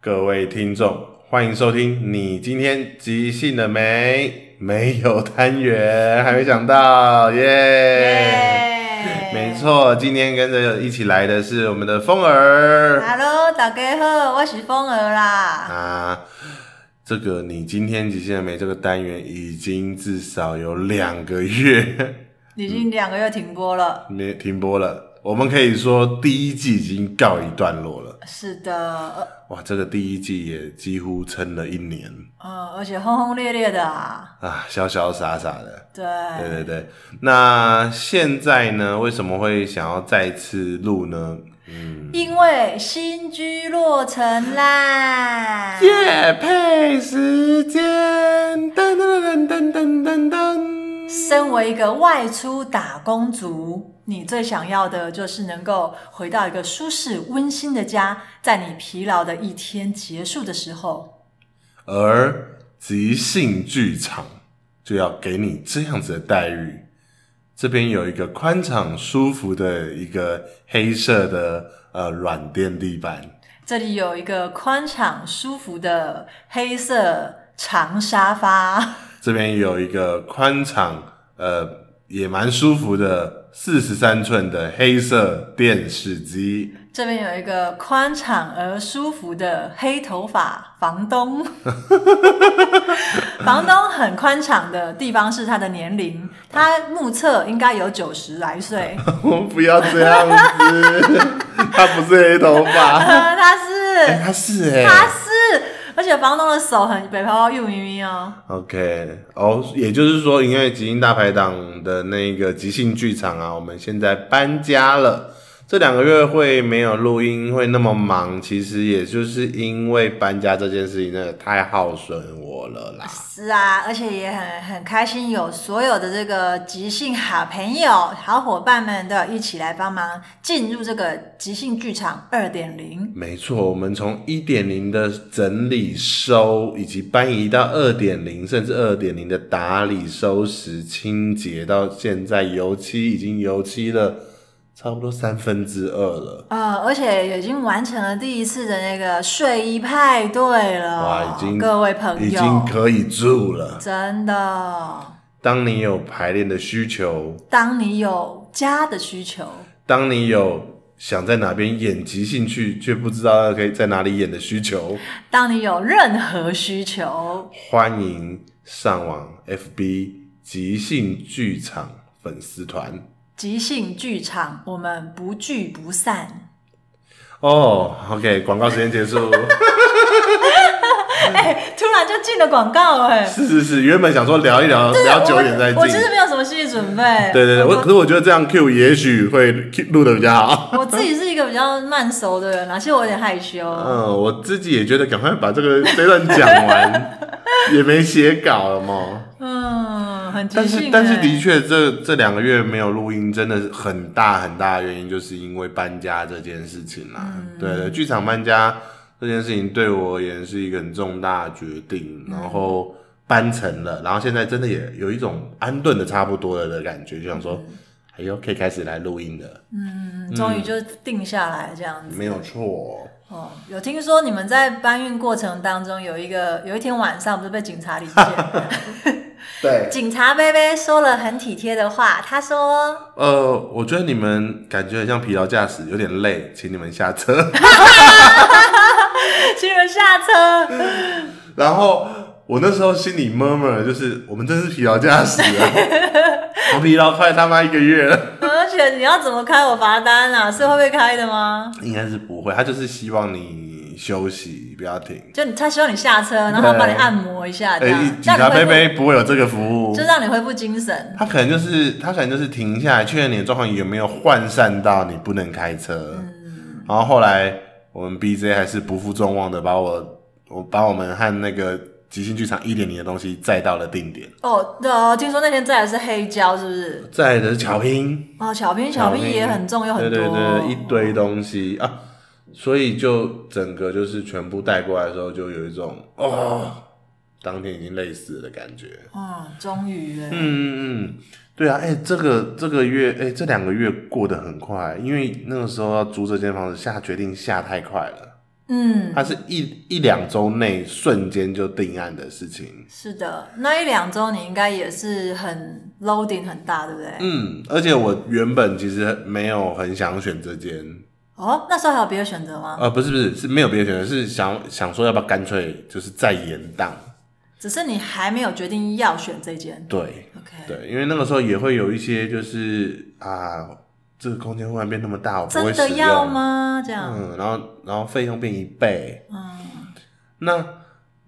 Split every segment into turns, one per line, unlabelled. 各位听众，欢迎收听。你今天即兴了没？没有单元，还没想到，耶、
耶
没。错，今天跟着一起来的是我们的风儿
Hello，大家好，我是风儿啦。
啊。这个你今天即兴了没？这个单元已经至少有两个月
已经两个月停播了。
没停播了，我们可以说第一季已经告一段落了。
是的，
哇，这个第一季也几乎撑了一年
呃嗯，而且轰轰烈烈的啊。
啊，潇潇洒洒的。
对，
对对对，那现在呢？为什么会想要再次录呢？
因为新居落成啦。
夜配时间，噔噔噔噔噔噔噔。
身为一个外出打工族，你最想要的就是能够回到一个舒适温馨的家，在你疲劳的一天结束的时候，
而即兴剧场就要给你这样子的待遇。这边有一个宽敞舒服的一个黑色的呃软垫地板，
这里有一个宽敞舒服的黑色长沙发。
这边有一个宽敞，呃，也蛮舒服的四十三寸的黑色电视机。
这边有一个宽敞而舒服的黑头发房东，房东很宽敞的地方是他的年龄，他目测应该有九十来岁，
我不要这样子， 他不是黑头发，
呃
哎
他是
他是哎、
他是，而且房东的手很北泡泡又咪咪哦，
OK，哦，也就是说，因为《即兴大排档》的那个即兴剧场啊，我们现在搬家了。这两个月会没有录音，会那么忙，其实也就是因为搬家这件事情，真的太耗损我了啦。
是啊，而且也很很开心有所有的这个即兴好朋友、好伙伴们都有一起来帮忙进入这个即兴剧场二点零。
没错，我们从一点零的整理收，以及搬移到二点零，甚至二点零的打理、收拾、清洁，到现在油漆已经油漆了差不多三分之二了。
呃，而且已经完成了第一次的那个睡衣派对了，
哇，已经
各位朋友，
已经可以住了。
真的，
当你有排练的需求，
当你有家的需求，
当你有想在哪边演即兴剧却不知道可以在哪里演的需求，
当你有任何需求，
欢迎上网 FB 即兴剧场粉丝团。
即兴剧场我们不聚不散。
哦、o k 广告时间结 束。
哎、突然就进了广告哎、
是是是，原本想说聊一聊，聊久一点再
啊我我真
进
的。没有什么心理准备。
对对对，我可是我觉得这样 Q 也许会录的比较 好。
我自己是一个比较慢熟的人啊，其实我有点害羞。
嗯，我自己也觉得赶快把这个这段讲 完，也没写稿了嘛。
嗯，很即
但
兴、
是
哎
但是的确，这这两个月没有录音，真的是很大很大的原因，就是因为搬家这件事情啦。
嗯
对对，剧场搬家这件事情对我而言是一个很重大的决定，
嗯
然后搬成了，然后现在真的也有一种安顿的差不多了的感觉，就想说，哎呦，可以开始来录音了，
嗯终于就定下来这样子。
没有错。
哦，有听说你们在搬运过程当中有一个有一天晚上不是被警察临检，
对，
警察贝贝说了很体贴的话，他说
呃，我觉得你们感觉很像疲劳驾驶，有点累，请你们下车。
请你们 下车，
然后我那时候心里 murmur 就是，我们真是疲劳驾驶 啊，我疲劳快他妈一个月了。
而且你要怎么开我罚单啊？是会被开的吗？
应该是不会，他就是希望你休息，不要停。
就他希望你下车，然后帮你按摩一下，这
哎、
样
警
让
察
你恢
杯
复，
杯不会有这个服务
就，让你恢复精神。
他可能就是他可能就是停下来确认你的状况有没有涣散到你不能开车。然后后来我们 BJ 还是不负众望的把我我把我们和那个即兴剧场一点零的东西载到了定点，
哦，对哦，听说那天载的是黑胶，是不是？
载的是巧拼。
哦，巧拼，巧拼也很重，有很多，
对对对，一堆东西啊，所以就整个就是全部带过来的时候，就有一种哦，当天已经累死了的感觉。
嗯，终于耶，
嗯嗯嗯，对啊，哎、这个这个月，哎、这两个月过得很快，因为那个时候要租这间房子，下决定下太快了。
嗯，
它是一一两周内瞬间就定案的事情。
是的，那一两周你应该也是很 loading 很大，对不对？
嗯，而且我原本其实没有很想选这间，
哦，那时候还有别的选择吗？
呃，不是不是是没有别的选择，是想想说要不要干脆就是再延档。
只是你还没有决定要选这间。
对
OK，
对，因为那个时候也会有一些就是啊，这个空间忽然变那么大，我不会
真
使
的
用。
要吗？这样，
嗯，然后然后费用变一倍。
嗯，
那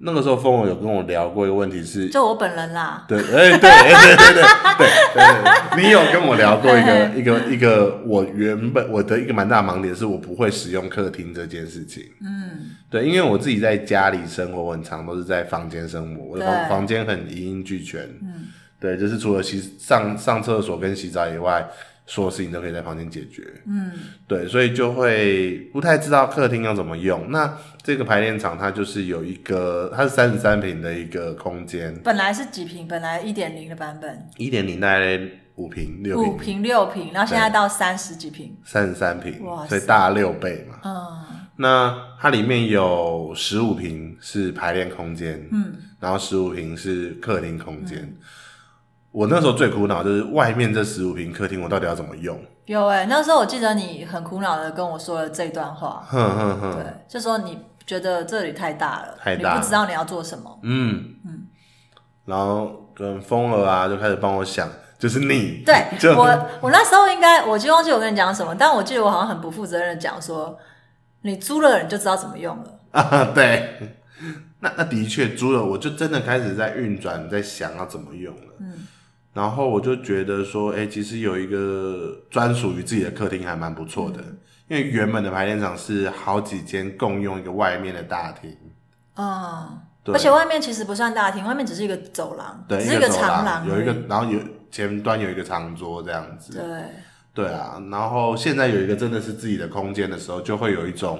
那个时候凤凰有跟我聊过一个问题是，
就我本人啦，
对，哎、对，哎对对对对对对，你有跟我聊过一个
嗯
一个一个，我原本我的一个蛮大的盲点是我不会使用客厅这件事情。
嗯，
对，因为我自己在家里生活，我很常都是在房间生活，我的
对
房房间很一应俱全。
嗯，
对，就是除了洗上上厕所跟洗澡以外，所有事情都可以在房间解决。
嗯，
对，所以就会不太知道客厅要怎么用。那这个排练场它就是有一个，它是三十三平的一个空间，
本来是几平，本来一点零的版本，
一点零大概五平六
五
平，
平六平，然后现在到三十几平，
三十三平
哇，
所以
塞
大六倍嘛。
嗯
那它里面有十五平是排练空间，
嗯，
然后十五平是客厅空间。我那时候最苦恼就是外面这十五平客厅，我到底要怎么用？
有哎、那时候我记得你很苦恼的跟我说了这段 话，
哼哼哼，
对，就说你觉得这里太大了，
太大
你不知道你要做什 么。
嗯
嗯
然后跟风儿啊就开始帮我想，就是你
对
就
我，我那时候应该，我就忘记我跟你讲什么，但我记得我好像很不负责任的讲说，你租了你就知道怎么用了。
啊， 对，那那的确租了，我就真的开始在运转，在想要怎么用了。
嗯
然后我就觉得说，哎、其实有一个专属于自己的客厅还蛮不错的，
嗯
因为原本的排练场是好几间共用一个外面的大厅，
嗯，
对
而且外面其实不算大厅，外面只是一个走廊，
对，
只是
个走
长
廊，有
而
一
已
个，然后有前端有一个长桌这样子，
对，
对啊，然后现在有一个真的是自己的空间的时候，就会有一种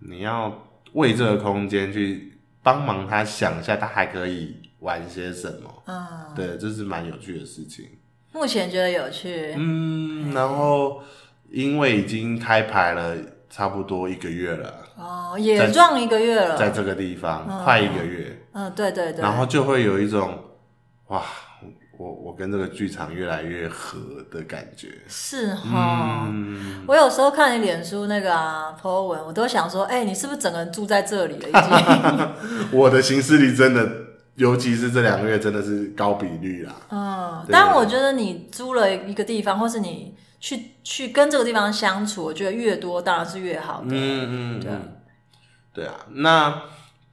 你要为这个空间去帮忙他想一下，他还可以玩些什么。
嗯，
对，这是蛮有趣的事情。
目前觉得有趣，
嗯，然后因为已经开牌了差不多一个月了，
哦，
在
也撞一个月
在
了，
这个地方、
嗯
快一个月，
嗯，对对对，
然后就会有一种哇，我我跟这个剧场越来越合的感觉。
是哈。
嗯，
我有时候看你脸书那个啊 po 文，我都想说，哎、你是不是整个人住在这里了？已 经，
我的行事力真的，尤其是这两个月真的是高比率啦。
嗯，
对啊
但我觉得你租了一个地方，或是你去去跟这个地方相处，我觉得越多当然是越好的。
嗯嗯，
对啊
嗯，对啊。那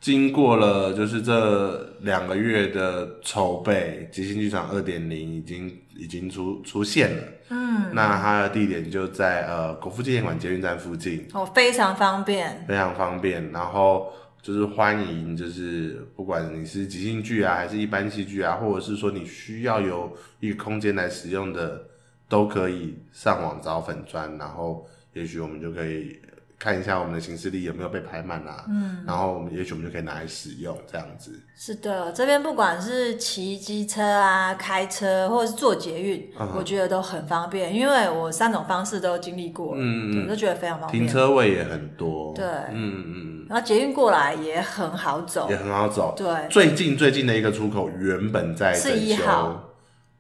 经过了就是这两个月的筹备，即兴剧场二点零已经已经出出现了。
嗯，
那它的地点就在呃国父纪念馆捷运站附近，
哦，非常方便。
非常方便。然后就是欢迎，就是不管你是即兴剧啊，还是一般戏剧啊，或者是说你需要有一个空间来使用的，都可以上网找粉砖，然后也许我们就可以看一下我们的行事历有没有被排满啊，嗯，然后我们也许我们就可以拿来使用这样子。
是的，这边不管是骑机车啊、开车，或者是坐捷运，
嗯哼
我觉得都很方便，因为我三种方式都经历过，
嗯
我就觉得非常方便。
停车位也很多，
对
嗯嗯
然后捷运过来也很好走
嗯，也，很好走。
对，
最近最近的一个出口原本在
是
整
一
修
号，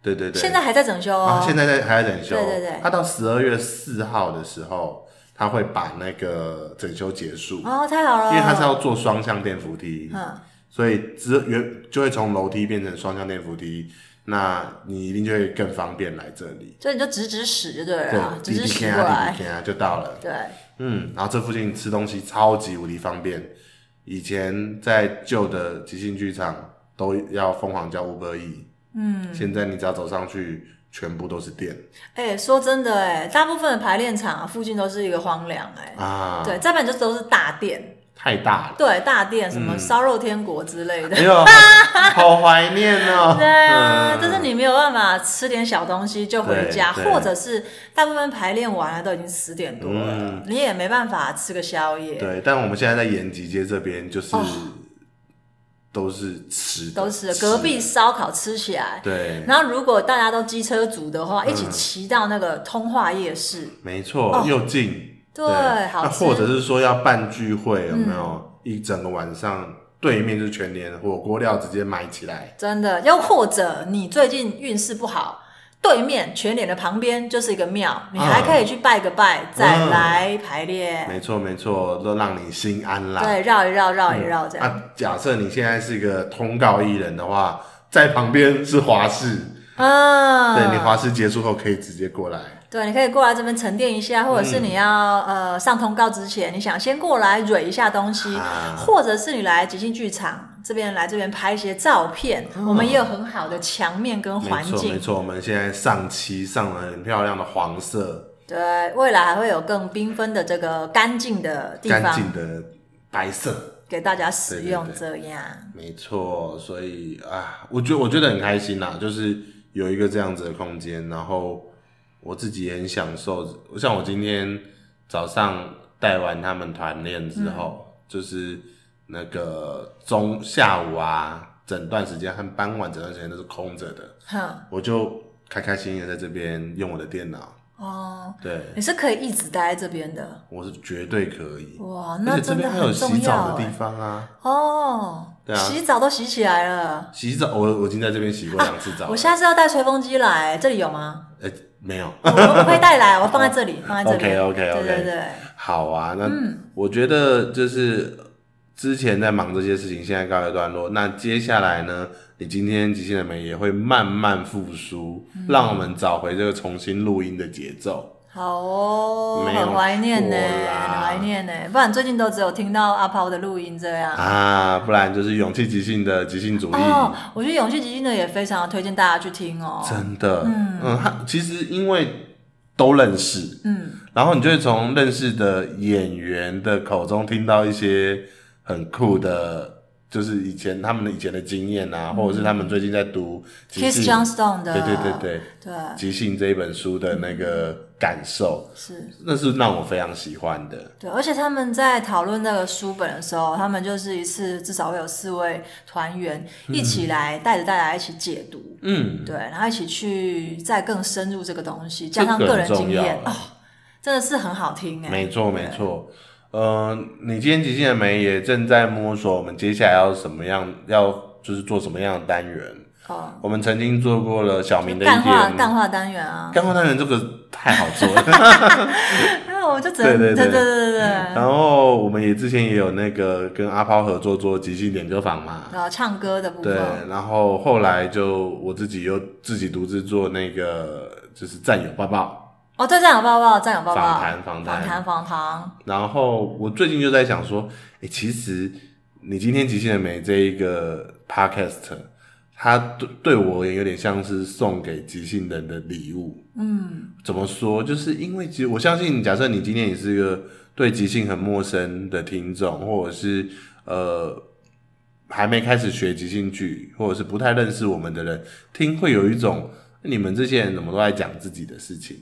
对对对，
现在还在整修哦。
啊，现在在还在整修。
对对对
他到十二月四号的时候，他会把那个整修结束，
哦，太好了，
因为他是要做双向电扶梯，
嗯
所以只原就会从楼梯变成双向电扶梯，那你一定就会更方便来这里。
所以你就直直使就对了啦，
对，
直
滴滴
直使
天
过
啊，滴
来
滴，天啊，就到了。
对，
嗯，然后这附近吃东西超级无敌方便，以前在旧的即兴剧场都要疯狂叫 Uber E，
嗯，
现在你只要走上去，全部都是店
哎、说真的、哎，大部分的排练场、啊、附近都是一个荒凉、哎、
啊，
对，，再不然就都是大店，
太大了。
对，大店什
嗯
么烧肉天国之类的。
哎呦，好怀念哦！
对啊，
嗯
就是你没有办法吃点小东西就回家，
对对
或者是大部分排练完了都已经十点多了，
嗯
你也没办法吃个宵夜，
对，但我们现在在延吉街这边，就是、
哦
都是吃的，
都是隔壁烧烤吃起来。
对，
然后如果大家都机车族的话，一起
嗯
骑到那个通化夜市，
没错，
哦
又近，
对，好
那
吃。嗯
或者是说要办聚会，有没有、一整个晚上对面就是全年火锅料直接买起来？
真的，又或者你最近运势不好，对面全脸的旁边就是一个庙，你还可以去拜个拜，再来排列，
嗯没错没错，都让你心安啦。
对，绕一绕，绕一绕这样。
啊，假设你现在是一个通告艺人的话，在旁边是华视，
嗯，
对你华视结束后可以直接过来。
对，你可以过来这边沉淀一下，或者
嗯
是你要、呃上通告之前，你想先过来蕊一下东西，
啊
或者是你来即兴剧场这边来这边拍一些照片，我们也有很好的墙面跟
哦没
环
错没
境。
错，我们现在上漆上了很漂亮的黄色，
对，未来还会有更缤纷的这个干净的地
干
方
净的白色，
给大家使用，
对
这样
没错。所以啊，我觉我觉得很开心啦，就是有一个这样子的空间，然后我自己也很享受。像我今天早上带完他们团练之
嗯
后，就是那个中下午啊，整段时间和傍晚整段时间都是空着的，
哼
我就开开心心的在这边用我的电脑，
哦，
对。
你是可以一直待在这边的，
我是绝对可以，
哇，
而
那
且这
真的
边还有
很
洗
重
澡
要
的地
哎。
方啊，
哦，
对啊
洗澡都洗起来了，
洗澡我我已经在这边洗过两次澡了。
我下次要带吹风机来，这里有吗？
呃、没有，
我我可以带来，我放在这里，放在这里。
OK，OK，OK
对对对，
好啊，那我觉得就是之前在忙这些事情，现在告一段落。那接下来呢，你今天极限的美也会慢慢复苏，让我们找回这个重新录音的节奏。
好哦，
没有
很怀念呢，
错啦
很怀念呢。不然最近都只有听到阿抛的录音这样。
啊，不然就是勇气即兴的即兴主义，
哦，我觉得《勇气即兴》的也非常推荐大家去听哦。
真的，嗯他其实因为都认识，
嗯，
然后你就会从认识的演员的口中听到一些很酷的，就是以前他们的以前的经验啊，或者是他们最近在读即
Kiss
兴，
Johnstone 嗯的，
对对对对，
对
即兴这一本书的那个感受，
是。
那是让我非常喜欢的。
对，而且他们在讨论那个书本的时候，他们就是一次至少会有四位团员一起来带着大家一起解读，
嗯，
对，然后一起去再更深入这个东西，
这
加
个
上个
很
人经
重要
验
了。
哦，真的是很好听哎。
没错，没错。呃，你今天即兴的美也正在摸索我们接下来要什么样，要就是做什么样的单元。
哦，
我们曾经做过了小明的一
干话
天，
干话单元啊，
干话单元这个太好做了。
那我就只能
对对
对
对嗯
对对对，然
然后我们也之前也有那个跟阿抛合作做即兴研究坊嘛，
后唱歌的部
对
分，，
然后后来就我自己又自己独自做那个就是战友抱抱，
哦，对，战友抱抱，战友抱抱，
访谈访谈
访谈访谈，
然后我最近就在想说，哎，其实你今天即兴的美这一个 podcast，它对对我而言有点像是送给即兴人的礼物，
嗯，
怎么说？就是因为其实我相信，假设你今天也是一个对即兴很陌生的听众，或者是呃还没开始学即兴剧，或者是不太认识我们的人，听会有一种你们这些人怎么都在讲自己的事情，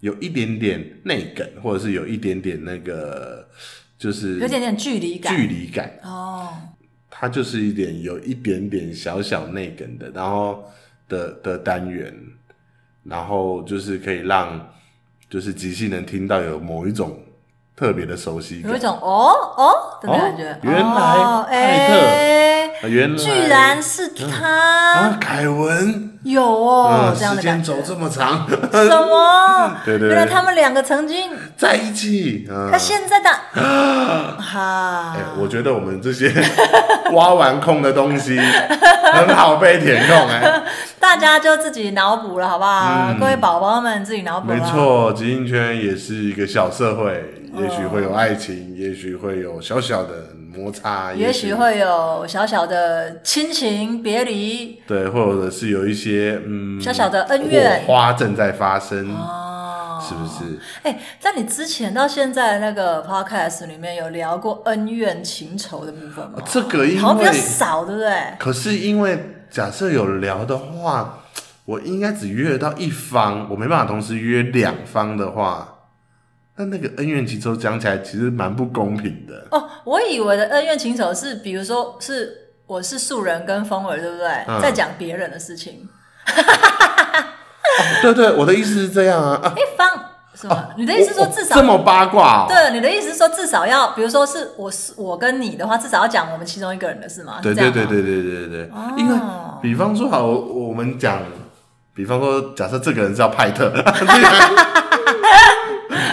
有一点点内梗，或者是有一点点那个就是
有点点距离感，
距离感，
哦，
它就是一点有一点点小小内梗的，然后的的单元，然后就是可以让就是即兴能听到有某一种特别的熟悉感
有一。种哦哦的感觉
哦，原来
哦
泰特
哎
啊原来
居然是
啊，
他，
凯文，
有哦
啊，
这样
时
的
间
感
走
觉，
这么 长，
什么？
对对对
原来他们两个曾经，
在一起，啊
他现在的，哈
哎，我觉得我们这些 挖完空的东西很好被填空，哎，
大家就自己脑补了，好不好？各位宝宝们自己脑补了。
嗯没，错，即兴圈也是一个小社会，也许会有爱情，也许会有小小的摩擦，
也许会有小小的亲情别离，
对，或者是有一些嗯
小小的恩怨
火花正在发生，
哦。
是不是？
哎、在你之前到现在那个 podcast 里面有聊过恩怨情仇的部分吗？
这个因
好像比较
为
少，对不对？
可是因为假设有聊的话，我应该只约得到一方，我没办法同时约两方的话，那那个恩怨情仇讲起来其实蛮不公平的。
哦，我以为的恩怨情仇是，比如说是我是素人跟风儿，对不对？
嗯
在讲别人的事情，
对对，我的意思是这样啊啊，
一方什么？哦你的意思说至少
这么八卦、哦？
对，你的意思是说至少要，比如说是我是我跟你的话，至少要讲我们其中一个人的事吗？
对
啊是这样哦
对
吗
对对对对对，因为比方说好，我我们讲，比方说假设这个人叫派特，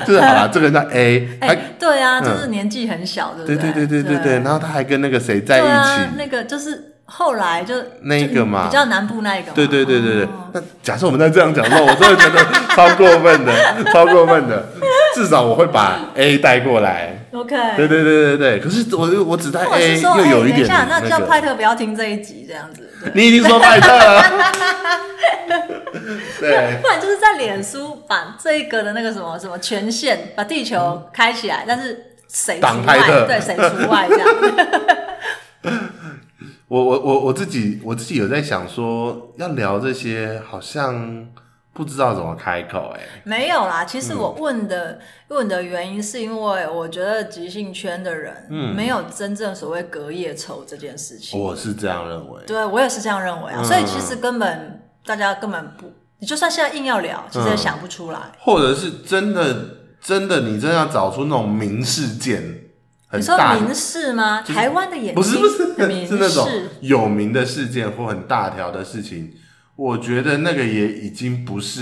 就是好 啦，这个人叫 A，
哎、
他
对啊，
嗯
就是年纪很小，对不
对对
对
对对对对，然后他还跟那个谁在
对
一
啊，
起，
那个就是后来就
那一个嘛
就比较南部那一个嘛，
对对对对对
哦。
那假设我们再这样讲的话，我真的觉得超过分 的，超过分的，至少我会把 A 带过来。
OK，
对对对对对，可是我我只带
或者
A
是说，
又
哎，
有
等
一
一
点
下，那叫
个
派特不要听这一集这样子，对
你已经说派特 了，对，
不然就是在脸书把这个的那个什么什么权限，把地球开起来，但是谁除
挡派
外？
特
对，谁除外这样？
我我我我自己我自己有在想说，要聊这些好像不知道怎么开口哎、
没有啦，其实我问
嗯
的、问的原因是因为我觉得即兴圈的人没有真正所谓隔夜仇这件事情。
嗯我是这样认为，
对我也是这样认为啊，
嗯
所以其实根本大家根本不，你就算现在硬要聊，其实也
嗯
想不出来。
或者是真的真的，你真的要找出那种明事件，很
你说
大
民事吗？
就是
台湾的眼睛
不是不是
民
是那种
事
有名的事件或很大条的事情，我觉得那个也已经不是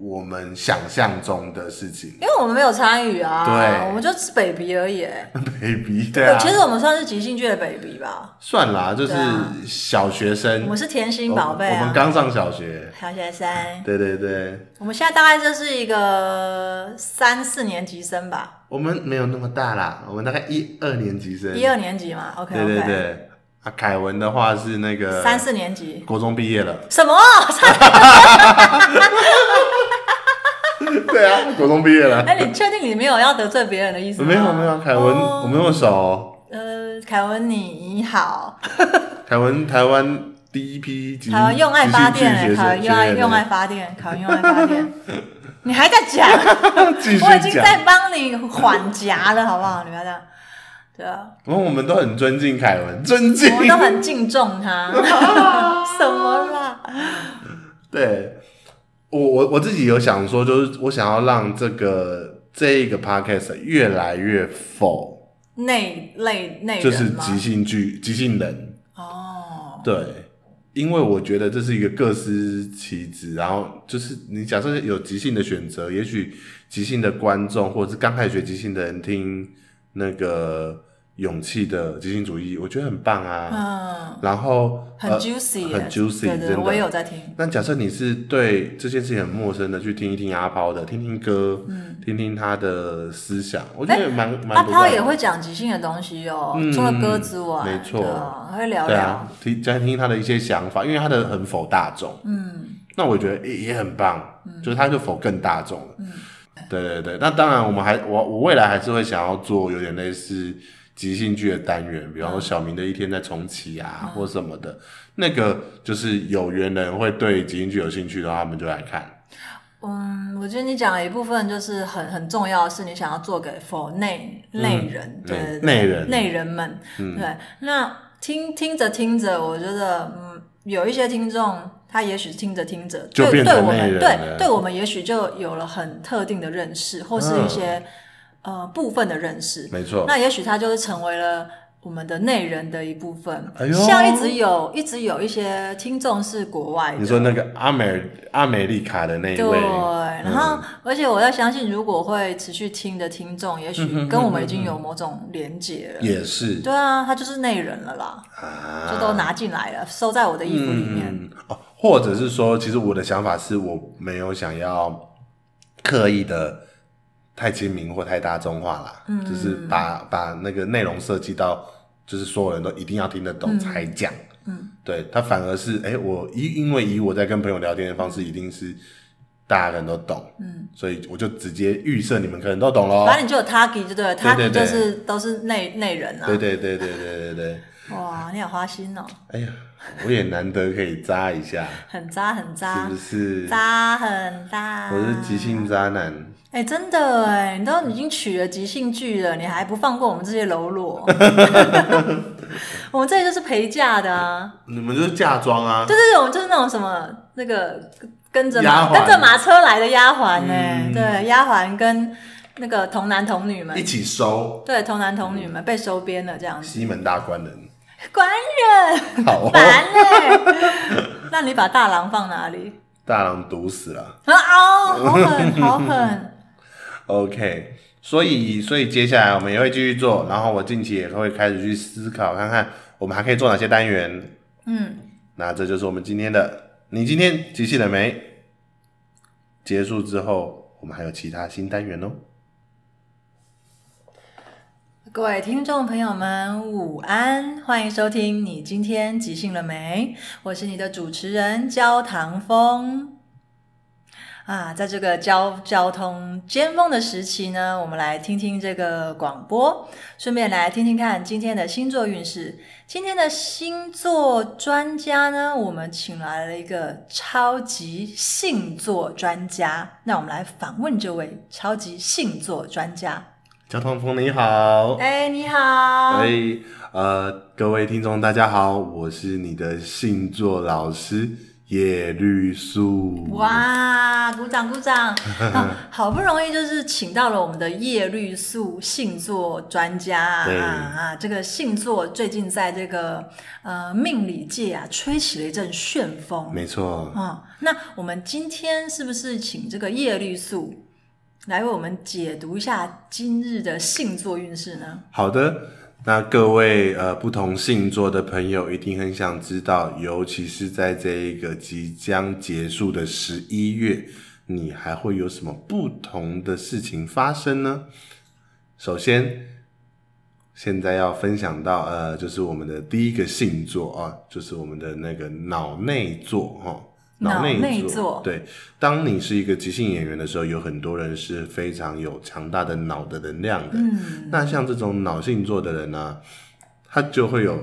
我们想象中的事情
因为我们没有参与啊，
对
我们就吃 baby 而已、欸。
，baby 对啊
其，实我们算是即兴剧的 baby 吧，
算啦，就是
对啊
小学
我
生，
们是甜心宝贝
我我
啊
们，刚上小学，
小学生，
对对对。
我们现在大概就是一个三四年级生吧，
我们没有那么大啦，我们大概一二年级生。
一二年级嘛，OK
对对
OK，
对，啊，凯文的话是那个
三四年级。。
国中毕业了
什么？
对啊，国中毕业了。
哎，你确定你没有要得罪别人的意思吗？
没有没有，凯文、
哦
我没有熟。
呃，凯文你好，
凯文台湾第一批即
凯文用爱发电、
即兴剧
欸，
学生
凯文用爱
学员
用爱发电，凯文用爱 发电，你还在讲？
继续
我已经
讲。
在帮你缓夹了，好不好？你不要这样。对啊，
然后我们都很尊敬凯文，尊敬
我。们都很敬重他。什么啦？
对，我我我自己有想说，就是我想要让这个这一个 podcast 越来越否，
内类内
就
人
是
吗？
即兴剧、即兴人。
哦，
对，因为我觉得这是一个各司其职，然后就是你假设有即兴的选择，也许即兴的观众或者是刚开始学即兴的人听那个勇气的即兴主义，我觉得很棒啊。
嗯，
然后
很
呃
juicy，耶、
很 juicy，
对对对，
真的
我也有在听。
那假设你是对这件事情很陌生的，去听一听阿抛的，听听歌，
嗯
听听他的思想，我觉得蛮蛮
阿
不
涛
错
哎啊也
的。
会讲即兴的东西哦，
嗯
除了歌之外，
没错
对啊会聊
对
聊。
啊，听加听他的一些想法，因为他的很否大众，
嗯，
那我觉得也也很棒，就是他就否更大众了。
嗯
对对对，那当然，我们还我我未来还是会想要做有点类似即兴剧的单元，比方
嗯
说小明的一天在重启啊，或什么的。那个就是有缘人会对即兴剧有兴趣的话，他们就来看。
嗯，我觉得你讲了一部分，就是很很重要，是你想要做给否内内人，对对对
嗯内人
内人们，
嗯
对。那听听着听着，我觉得，嗯，有一些听众，他也许听着听着，
就
对
变成
对我
内
们
人
对
了
对我们，也许就有了很特定的认识，或是一些、
嗯
呃部分的认识。
没错，
那也许他就是成为了我们的内人的一部分。
哎呦
像一直有一直有一些听众是国外的，
你说那个阿美阿美丽卡的那一
对
位，，嗯
然后、而且我要相信，如果会持续听的听众，也
嗯
许跟我们已经有某种连结了。
也是
对啊，他就是内人了啦，
啊，
就都拿进来了，收在我的衣服里面。
嗯哦，或者是说，其实我的想法是我没有想要刻意的太亲民或太大众化啦，
嗯
就是把把那个内容设计到，就是所有人都一定要听得懂才讲。
嗯
对他反而是，哎、我因因为以我在跟朋友聊天的方式，一定是大家人都懂，
嗯，
所以我就直接预设你们可能都懂喽。
反正你就有 Taki 就对了
嗯对对
，Taki
对
就是都是内内人啊。
对对对对对对对，
哇，你好花心哦，
哎呀，我也难得可以扎一下，
很渣很
是
渣
不，是？
渣很渣。
我是即。兴渣男。
哎、真的哎，你都已经取了即兴剧了，你还不放过我们这些 喽啰？我们这里就是陪嫁的啊。
你们就是嫁妆啊
对，对对，我们就是那种什么那个跟着
丫
马
鬟
跟着马车来的丫鬟呢、
嗯
对，丫鬟跟那个童男童女们
一，起收
对，童男童女们被收编了这样 子。
西门大官人。
官人
好、哦，
烦嘞、哦 那你把大郎放哪里？
大郎毒死了。
啊哦，好狠，好狠！
OK，所以所以接下来我们也会继续做，然后我近期也会开始去思考，看看我们还可以做哪些单元。
嗯，
那这就是我们今天的，你今天集气了没？结束之后，我们还有其他新单元哦。
各位听众朋友们，午安，欢迎收听。你今天即兴了没？我是你的主持人焦糖风。啊，在这个交交通尖峰的时期呢，我们来听听这个广播，顺便来听听看今天的星座运势。今天的星座专家呢，我们请来了一个超级星座专家，那我们来访问这位超级星座专家。
交通风你好，
哎，你好。
所以呃，各位听众大家好，我是你的星座老师叶绿素。，
哇，鼓掌 鼓掌、啊好不容易就是请到了我们的叶绿素星座专家啊
对
啊！这个星座最近在这个呃命理界啊吹起了一阵旋风
没错，
啊。那我们今天是不是请这个叶绿素来为我们解读一下今日的星座运势呢？
好的，那各位呃不同星座的朋友一定很想知道，尤其是在这一个即将结束的十一月，你还会有什么不同的事情发生呢？首先，现在要分享到呃，就是我们的第一个星座啊，就是我们的那个脑内座哈。哦
脑内座
座，对，当你是一个即兴演员的时候，有很多人是非常有强大的脑的能量的。
嗯，
那像这种脑性座的人呢、他就会有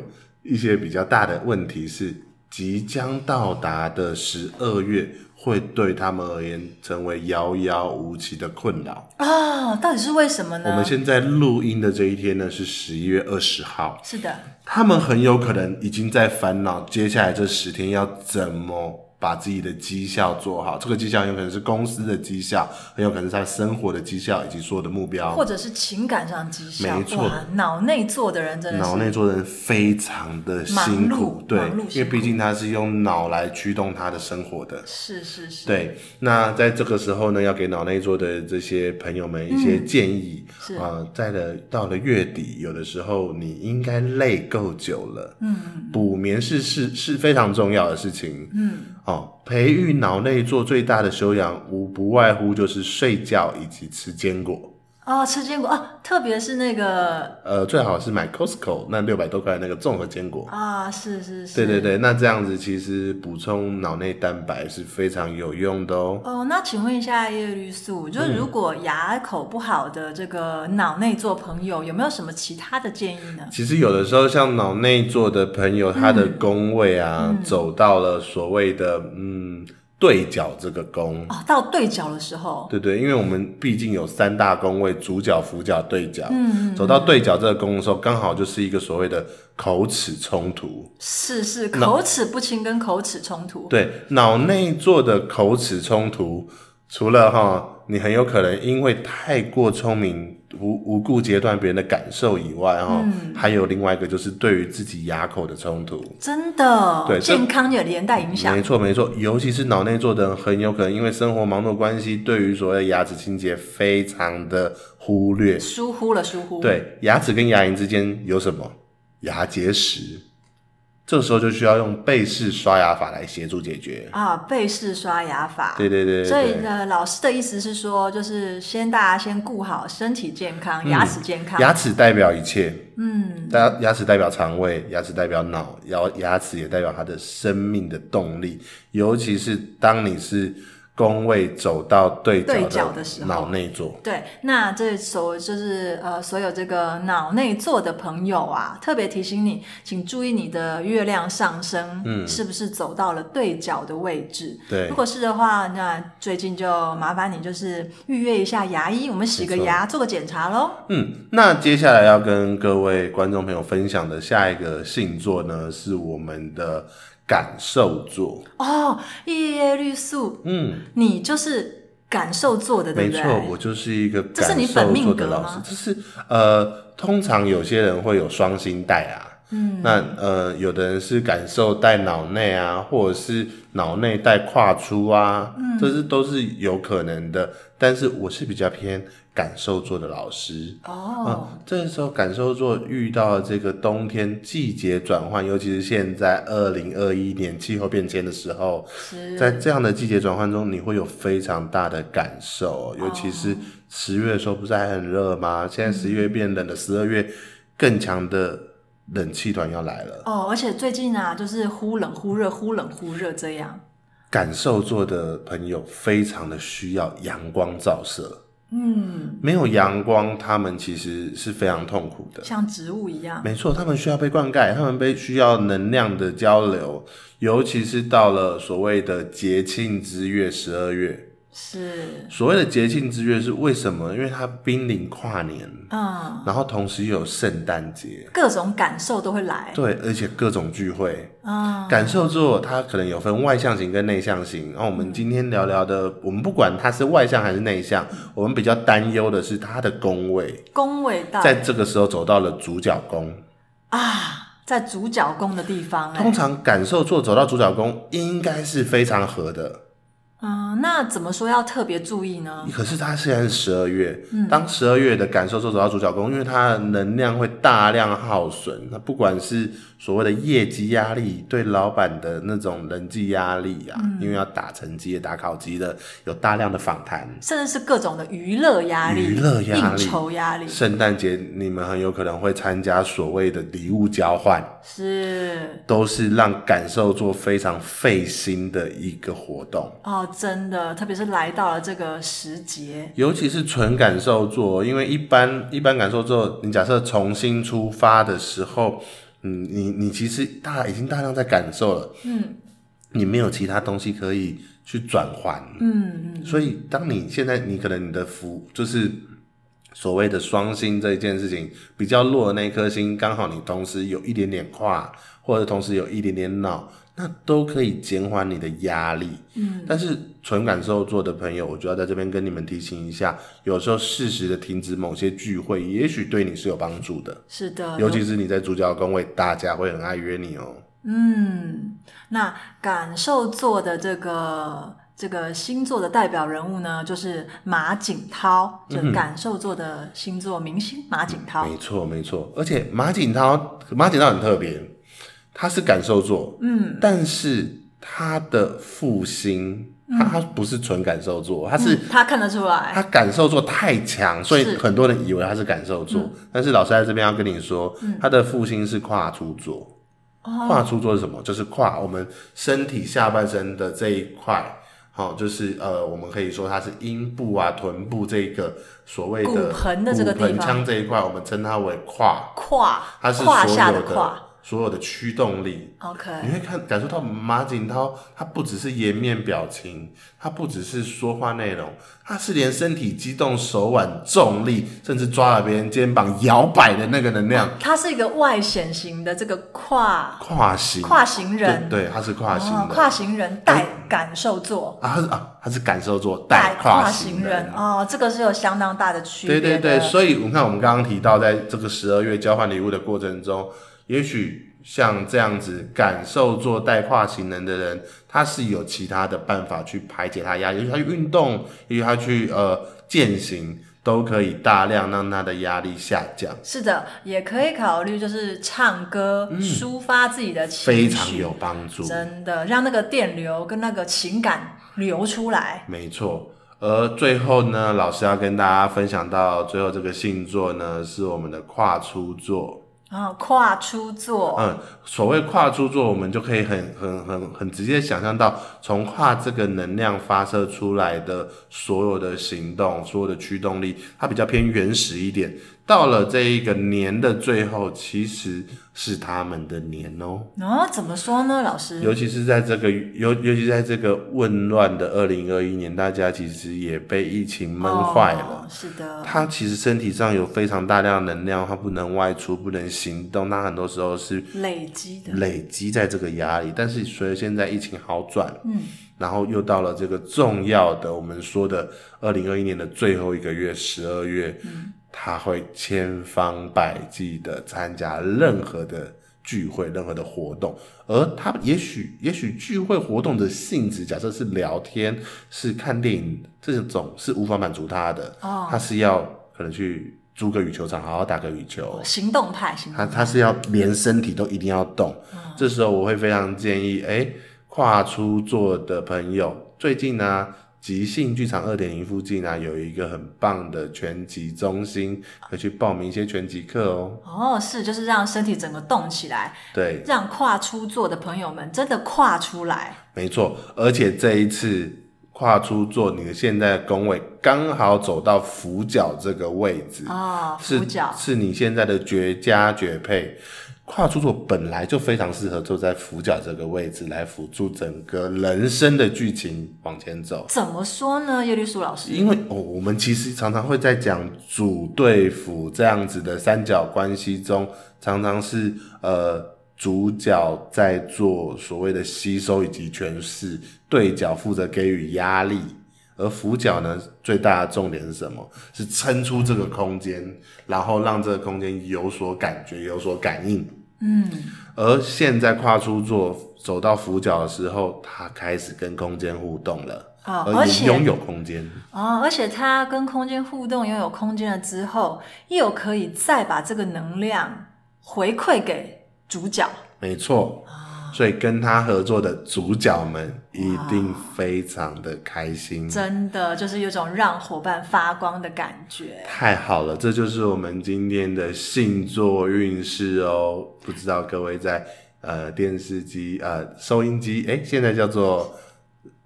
一些比较大的问题是，即将到达的十二月会对他们而言成为遥遥无期的困扰。
哦，到底是为什么
我
呢
们？现在录音的这一天呢是十一月二十号，
是的，
他们很有可能已经在烦恼接下来这十天要怎么。把自己的绩效做好，这个绩效有可能是公司的绩效，很有可能是他生活的绩效以及所有的目标。
或者是情感上绩效，
没错
哇，脑内做的人真的
脑
是
内做的人非常的辛苦
忙碌，
对
忙碌辛，苦
因为毕竟他是用脑来驱动他的生活的。
是是是，
对，那在这个时候呢，要给脑内做的这些朋友们一些建议
嗯是
啊、在了到了月底，有的时候你应该累够久了，嗯，补眠是是是非常重要的事情，嗯，哦，培育脑内做最大的修养，无不外乎就是睡觉以及吃坚果，
哦，吃坚果哦，特别是那个
呃，最好是买 Costco 那六百多块那个综合坚果，
啊，是是是，
对对。对，那这样子其实补充脑内蛋白是非常有用的哦。
哦，那请问一下叶绿素，
嗯
就是如果牙口不好的这个脑内做朋友，有没有什么其他的建议呢？
其实有的时候，像脑内座的朋友，他的
嗯
宫位啊，走到了所谓的嗯对角这个宫，
哦，到对角的时候，
对对，因为我们毕竟有三大宫位，主角、辅角、对角。
嗯，
走到对角这个宫的时候，刚好就是一个所谓的口齿冲突。
是是，口齿不清跟口齿冲突，
对，脑内做的口齿冲突，除了哈，你很有可能因为太过聪明，无无故截断别人的感受以外，哈、
嗯
还有另外一个就是对于自己牙口的冲突。
真的，
对这
健康也连带影响
没，错，没错，尤其是脑内做的人，很有可能因为生活忙碌的关系，对于所谓的牙齿清洁非常的忽略。
疏忽了疏忽，，
对，牙齿跟牙龈之间有什么？牙结石。这时候就需要用贝氏刷牙法来协助解决。
啊，背式刷牙法，
对对对对对。
所以呢，老师的意思是说，就是先大家先顾好身体健康、
嗯
牙齿健康。
牙齿代表一切，
嗯，
大牙齿代表肠胃，牙齿代表脑，然后牙齿也代表它的生命的动力。尤其是当你是宫位走到对
对角
角
的时候
脑内座，
对。那这所就是呃，所有这个脑内座的朋友啊，特别提醒你，请注意你的月亮上升，嗯，是不是走到了对角的位置？
对
如果是的话，那最近就麻烦你就是预约一下牙医，我们洗个
没错
牙，做个检查喽。
嗯，那接下来要跟各位观众朋友分享的下一个星座呢，是我们的感受座，
哦，叶叶绿素，
嗯，
你就是感受做的，对
没
不对？
错，我就是一个
这是
感
你
受
本
座
命
的
格
老师
吗，
这是呃，通常有些人会有双心带啊，
嗯，
那呃，有的人是感受带脑内啊，或者是脑内带跨出啊，
嗯
这是都是有可能的。但是我是比较偏感受座的老师。啊
哦，
这时候感受座遇到了这个冬天季节转换，尤其是现在二零二一年气候变迁的时候，
是
在这样的季节转换中，你会有非常大的感受哦，尤其是十月的时候不是还很热吗？现在十一月变冷了，十二月更强的冷气团要来了。
哦，而且最近啊，就是忽冷忽热，忽冷忽热这样。
感受座的朋友非常的需要阳光照射，
嗯，
没有阳光，他们其实是非常痛苦的。
像植物一样。
没错，他们需要被灌溉，他们被需要能量的交流，尤其是到了所谓的节庆之月，十二月。
是，
所谓的节庆之月是为什么？因为它濒临跨年，
嗯，
然后同时又有圣诞节，
各种感受都会来。
对，而且各种聚会。
啊、
感受座它可能有分外向型跟内向型，哦然后我们今天聊聊
嗯
的，我们不管它是外向还是内向，我们比较担忧的是它的宫位，
宫位到
在这个时候走到了主角宫。
啊，在主角宫的地方、哎
通常感受座走到主角宫应该是非常合的，
嗯，那怎么说要特别注意呢？
可是它现在是十二月，当十二月的感受座走到主角宫，因为它的能量会大量耗损，那不管是所谓的业绩压力，对老板的那种人际压力啊，因为要打成绩的、打考级的，有大量的访谈。
甚至是各种的娱乐压力、
娱乐压
应
力
酬压力，
圣诞节你们很有可能会参加所谓的礼物交换，
是
都是让感受座非常费心的一个活动。
哦，真的，特别是来到了这个时节，
尤其是纯感受座，因为一般一般感受座，你假设重新出发的时候，嗯，你你其实大已经大量在感受了，
嗯
你没有其他东西可以去转换，
嗯嗯，
所以当你现在你可能你的福就是所谓的双星这一件事情比较弱的那一颗星，刚好你同时有一点点胯，或者同时有一点点脑，那都可以减缓你的压力。
嗯，
但是纯感受座的朋友，我就要在这边跟你们提醒一下，有时候适时的停止某些聚会，也许对你是有帮助的。
是的，
尤其是你在主角工位，大家会很爱约你哦。
嗯，那感受座的这个这个星座的代表人物呢，就是马景涛，就是感受座的星座明星马景涛。
嗯没错，没错。而且马景涛，马景涛很特别，他是感受座，
嗯，
但是他的复兴，他他不是纯感受座，他是、
嗯他看得出来，
他感受座太强，所以
是嗯
很多人以为他是感受座。但是老师在这边要跟你说，他的复兴是跨出座。
哦
跨出座是什么？就是跨我们身体下半身的这一块，好、就是呃，我们可以说它是阴部啊、臀部这个所谓的
骨盆的这个地
骨
方
盆腔这一块，我们称它为跨，
胯
它是所
胯
有
下的
的
胯。
所有的驱动力。你
OK，
会看感受到马景涛，他不只是颜面表情，他不只是说话内容，他是连身体激动、手腕重力，甚至抓了别人肩膀摇摆的那个能量，
他是一个外显型的这个胯
跨型，
跨行人，
对对，他是跨型的。
哦，跨行人带感受座，
啊，他是啊，他是感受做
带
跨
跨
行
行人。哦，这个是有相当大的区
对
别
对
的。嗯
对，所以我看我们刚刚提到，在这个十二月交换礼物的过程中，也许像这样子感受做带跨行人的人，他是有其他的办法去排解他压力，也许他去运动，也许他去呃践行，都可以大量让他的压力下降，
是的，也可以考虑就是唱歌、抒发自己的情
嗯
绪，
非常有帮助。
真的让那个电流跟那个情感流出来。
没错。而最后呢，老师要跟大家分享到最后这个星座呢，是我们的跨出座。
然后哦跨出座，
嗯，所谓跨出座，我们就可以很很很很直接想象到，从跨这个能量发射出来的所有的行动，所有的驱动力，它比较偏原始一点，到了这一个年的最后，其实是他们的年哦。
哦，怎么说呢，老师？
尤其是在这个尤尤其在这个混乱的二零二一年，大家其实也被疫情闷坏了。
哦，是的，
他其实身体上有非常大量的能量，他不能外出，不能行动，他很多时候是
累积的，
累积在这个压力。但是随着现在疫情好转，
嗯，
然后又到了这个重要的我们说的二零二一年的最后一个月，十二月，
嗯
他会千方百计的参加任何的聚会、任何的活动，而他也许也许聚会活动的性质，假设是聊天、是看电影这种，是无法满足他的，
哦
他是要可能去租个羽球场，好好打个羽球，
行动派，行
他
动派，
他是要连身体都一定要动。这时候我会非常建议，哎、跨出座的朋友，最近呢、即兴剧场二点零附近呢、有一个很棒的拳击中心，可以去报名一些拳击课哦。
哦，是，就是让身体整个动起来，
对，
让跨出座的朋友们真的跨出来。
没错，而且这一次跨出座，你的现在的工位刚好走到俯角这个位置，
哦，
是
俯角
是你现在的绝佳绝配。跨出座本来就非常适合坐在俯角这个位置来辅助整个人生的剧情往前走，
怎么说呢？叶律师老师，
因为哦，我们其实常常会在讲主对辅这样子的三角关系中，常常是呃主角在做所谓的吸收以及诠释，对角负责给予压力。而辅角呢，最大的重点是什么？是撑出这个空间，然后让这个空间有所感觉，有所感应。
嗯，
而现在跨出座走到辅角的时候，他开始跟空间互动了，
哦
而
而
呃也
且
拥有空间。
哦，而且他跟空间互动，拥有空间了之后，又可以再把这个能量回馈给主角。
没错，所以跟他合作的主角们一定非常的开心。
真的就是有种让伙伴发光的感觉。
太好了，这就是我们今天的星座运势哦。不知道各位在呃电视机、呃收音机，哎，现在叫做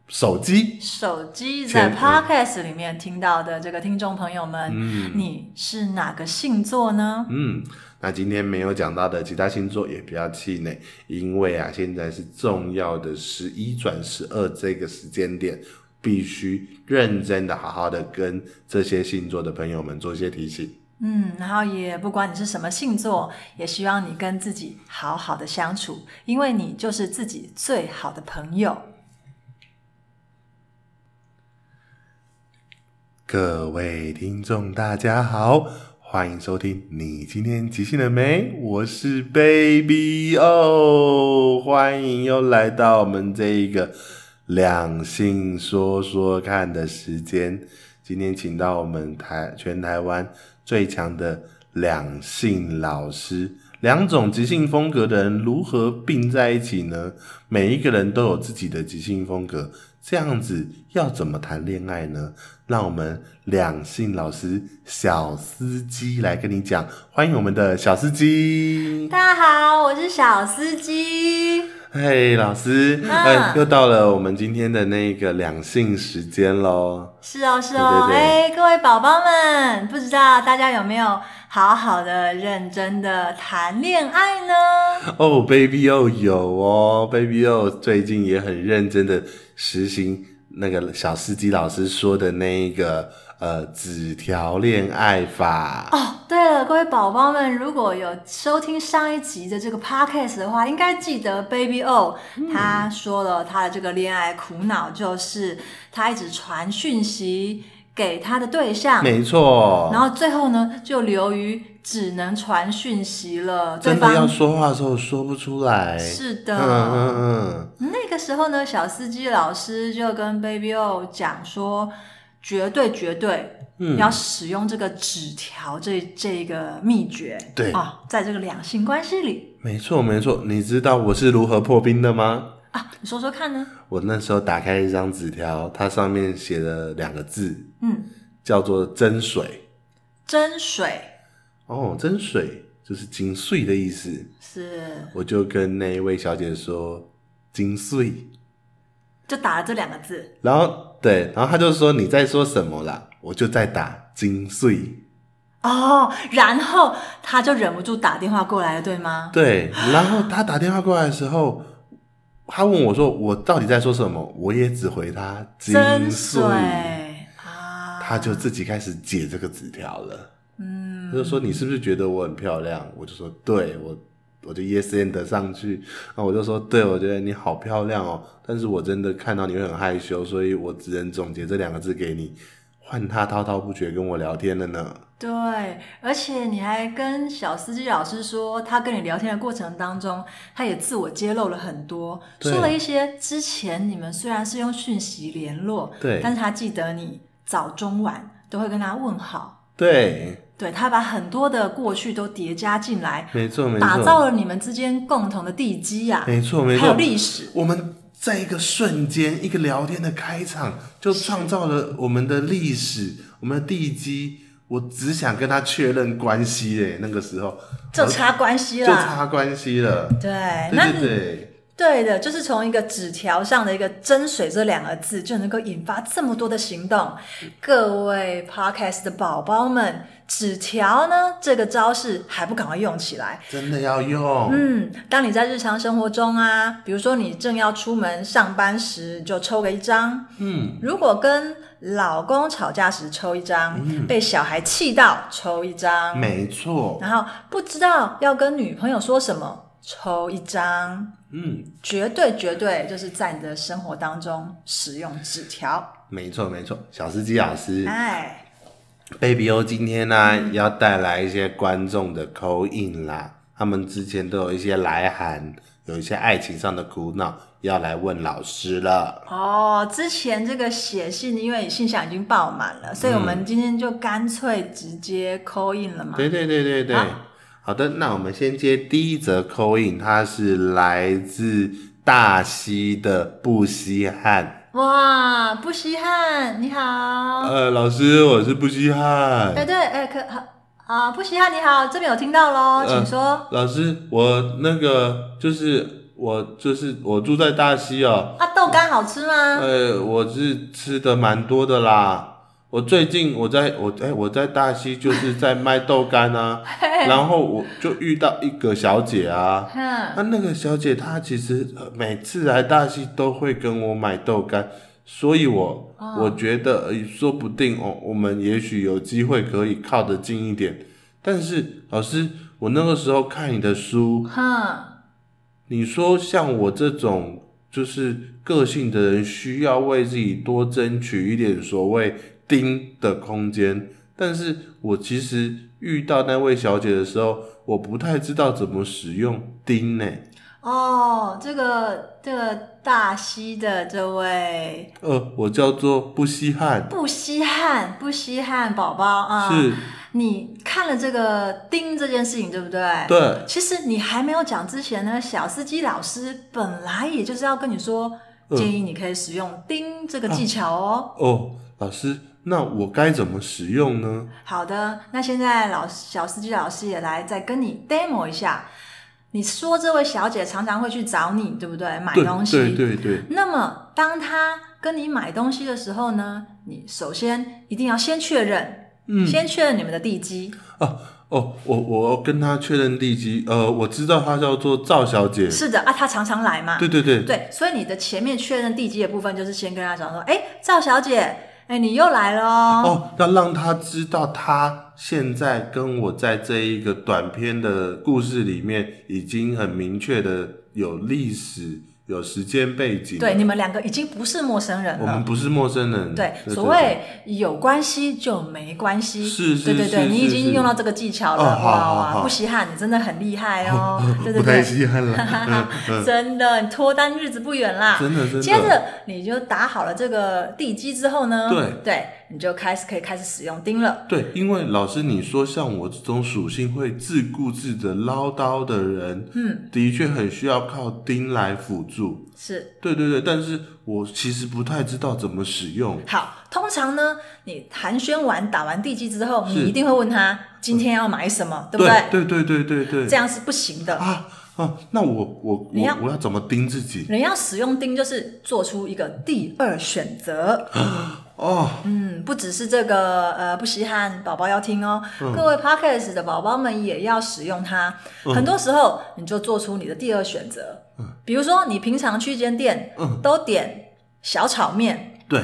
手机，
手机在
前
Podcast 里面听到的这个听众朋友们，你是哪个星座呢？
嗯，那今天没有讲到的其他星座也不要气馁，因为啊，现在是重要的十一转十二这个时间点，必须认真的好好的跟这些星座的朋友们做一些提醒。
嗯，然后也不管你是什么星座，也希望你跟自己好好的相处，因为你就是自己最好的朋友。
各位听众，大家好，欢迎收听。你今天即兴了没？我是 Baby O，欢迎又来到我们这一个两性说说看的时间。今天请到我们台全台湾最强的两性老师，两种即兴风格的人如何并在一起呢？每一个人都有自己的即兴风格，这样子要怎么谈恋爱呢？让我们两性老师小司机来跟你讲，欢迎我们的小司机。
大家好，我是小司机。
嘿，老师，
啊
哎、又到了我们今天的那个两性时间喽。
是哦，是哦，
对对
哎，各位宝宝们，不知道大家有没有好好的、认真的谈恋爱呢？
哦，Baby O 有哦，Baby O 最近也很认真的实行那个小司机老师说的那一个呃纸条恋爱法。
哦，对了，各位宝宝们，如果有收听上一集的这个 podcast 的话，应该记得 Baby O 他说了他的这个恋爱苦恼，就是他一直传讯息给他的对象，
没错，
然后最后呢就流于只能传讯息了，对
真的要
方
说话的时候说不出来。
是啊的。
嗯嗯
那个时候呢，小司机老师就跟 Baby O 讲说，绝对绝对
嗯
要使用这个纸条这这一个秘诀，
对
啊、在这个两性关系里
嗯，没错没错。你知道我是如何破冰的吗？
啊，你说说看呢？
我那时候打开一张纸条，它上面写了两个字，
嗯，
叫做“真水”。
真水
哦，真水就是金水的意思。
是
我就跟那一位小姐说金穗，
就打了这两个字，
然后对，然后她就说你在说什么啦？我就在打金穗，
哦，然后他就忍不住打电话过来了，对吗？
对，然后他打电话过来的时候，他问我说：“我到底在说什么？”我也只回他“金
真水
穗”，
啊，
他就自己开始解这个纸条了。
嗯，
他就说：“你是不是觉得我很漂亮？”我就说：“对，我我就 yes and 上去。”然后我就说：“对，我觉得你好漂亮哦，但是我真的看到你会很害羞，所以我只能总结这两个字给你。”换他滔滔不绝跟我聊天了呢。
对，而且你还跟小司机老师说，他跟你聊天的过程当中，他也自我揭露了很多，
对
说了一些之前你们虽然是用讯息联络，
对
但是他记得你早中晚都会跟他问好，
对，
对他把很多的过去都叠加进来，
没错，没错，
打造了你们之间共同的地基呀、
没错，没
还有
错。
历史，
我们在一个瞬间，一个聊天的开场，就创造了我们的历史，我们的地基。我只想跟他确认关系嘞，那个时候
就差关系
就
啦。
差关系了。
对，
对
哎那
对
你
对，
对的，就是从一个纸条上的一个“真水”这两个字，就能够引发这么多的行动。各位 podcast 的宝宝们，纸条呢这个招式还不赶快用起来？
真的要用。
嗯，当你在日常生活中啊，比如说你正要出门上班时，就抽个一张；
嗯，
如果跟老公吵架时抽一张，被小孩气到抽一张，
没错。
然后不知道要跟女朋友说什么，抽一张。
嗯，
绝对绝对就是在你的生活当中使用纸条。
没错没错。小司机老师
哎，嗯
，Baby O 今天呢、要带来一些观众的口音啦。他们之前都有一些来函，有一些爱情上的苦恼，要来问老师了。
哦，之前这个写信，因为信箱已经爆满了，所以我们今天就干脆直接 call in 了嘛。
嗯对对对对对，
好
好的，那我们先接第一则 call in，它是来自大溪的布西汉。
哇，不稀罕，你好。哦
呃，老师，我是布西
哎、
汉。
对，哎、可啊、不稀罕，你好，这边有听到
呃
喽，请说。
老师，我那个就是我就是我住在大溪哦，
啊，豆干好吃吗？
呃，我是吃的蛮多的啦。我最近我在我哎、我在大溪就是在卖豆干啊，然后我就遇到一个小姐啊，
哼，
那那个小姐她其实呃每次来大溪都会跟我买豆干，所以我、我觉得呃说不定哦，我们也许有机会可以靠得近一点。但是老师，我那个时候看你的书，
哼，
你说像我这种就是个性的人，需要为自己多争取一点所谓“丁”的空间。但是我其实遇到那位小姐的时候，我不太知道怎么使用“丁”呢、
哦，这个这个大溪的这位
呃，我叫做不稀罕，
不稀罕，不稀罕，宝宝啊，
是，
你看了这个钉这件事情，对不对？。
对，
其实你还没有讲之前呢，小司机老师本来也就是要跟你说，
嗯
建议你可以使用钉这个技巧哦。
哦，老师，那我该怎么使用呢？
好的，那现在老小司机老师也来再跟你 demo 一下。你说这位小姐常常会去找你，对不对？买
对
东西。
对对对，
那么，当她跟你买东西的时候呢，你首先一定要先确认，
嗯
先确认你们的地基。
哦，我我跟他确认地基，呃，我知道她叫做赵小姐，
是的啊，她常常来嘛。
对对对，
对所以你的前面确认地基的部分，就是先跟她讲说，哎，赵小姐，哎，你又来了哦。
哦，要让她知道她现在跟我在这一个短片的故事里面已经很明确的有历史、有时间背景，
对，，你们两个已经不是陌生人
我们
了。
不是陌生人，
对，所谓有关系就没关系，
是是
对对对，
是
你已
是
经
是
用到这个技巧了，
哦好好
哇，
好
不稀罕，你真的很厉害哦，对
不太
对对，
稀罕 了，
真的，你脱单日子不远啦。
真的真的
接着你就打好了这个地基之后呢，
对
你就开始可以开始使用钉了。
对，因为老师你说像我这种属性会自顾自的唠叨的人，
嗯，
的确很需要靠丁来辅助。
是。
对对对，但是我其实不太知道怎么使用。
好，通常呢，你寒暄完、打完地基之后，
是
你一定会问他今天要买什么，对不
对对对对对
这样是不行的。
啊，哦，那我我
你要
我我要怎么盯自己？
人要使用盯，就是做出一个第二选择。
哦，
嗯，不只是这个呃不稀罕，宝宝要听哦，
嗯
各位 podcast 的宝宝们也要使用它。很多时候你就做出你的第二选择，比如说你平常去一间店、
嗯
都点小炒面，
对，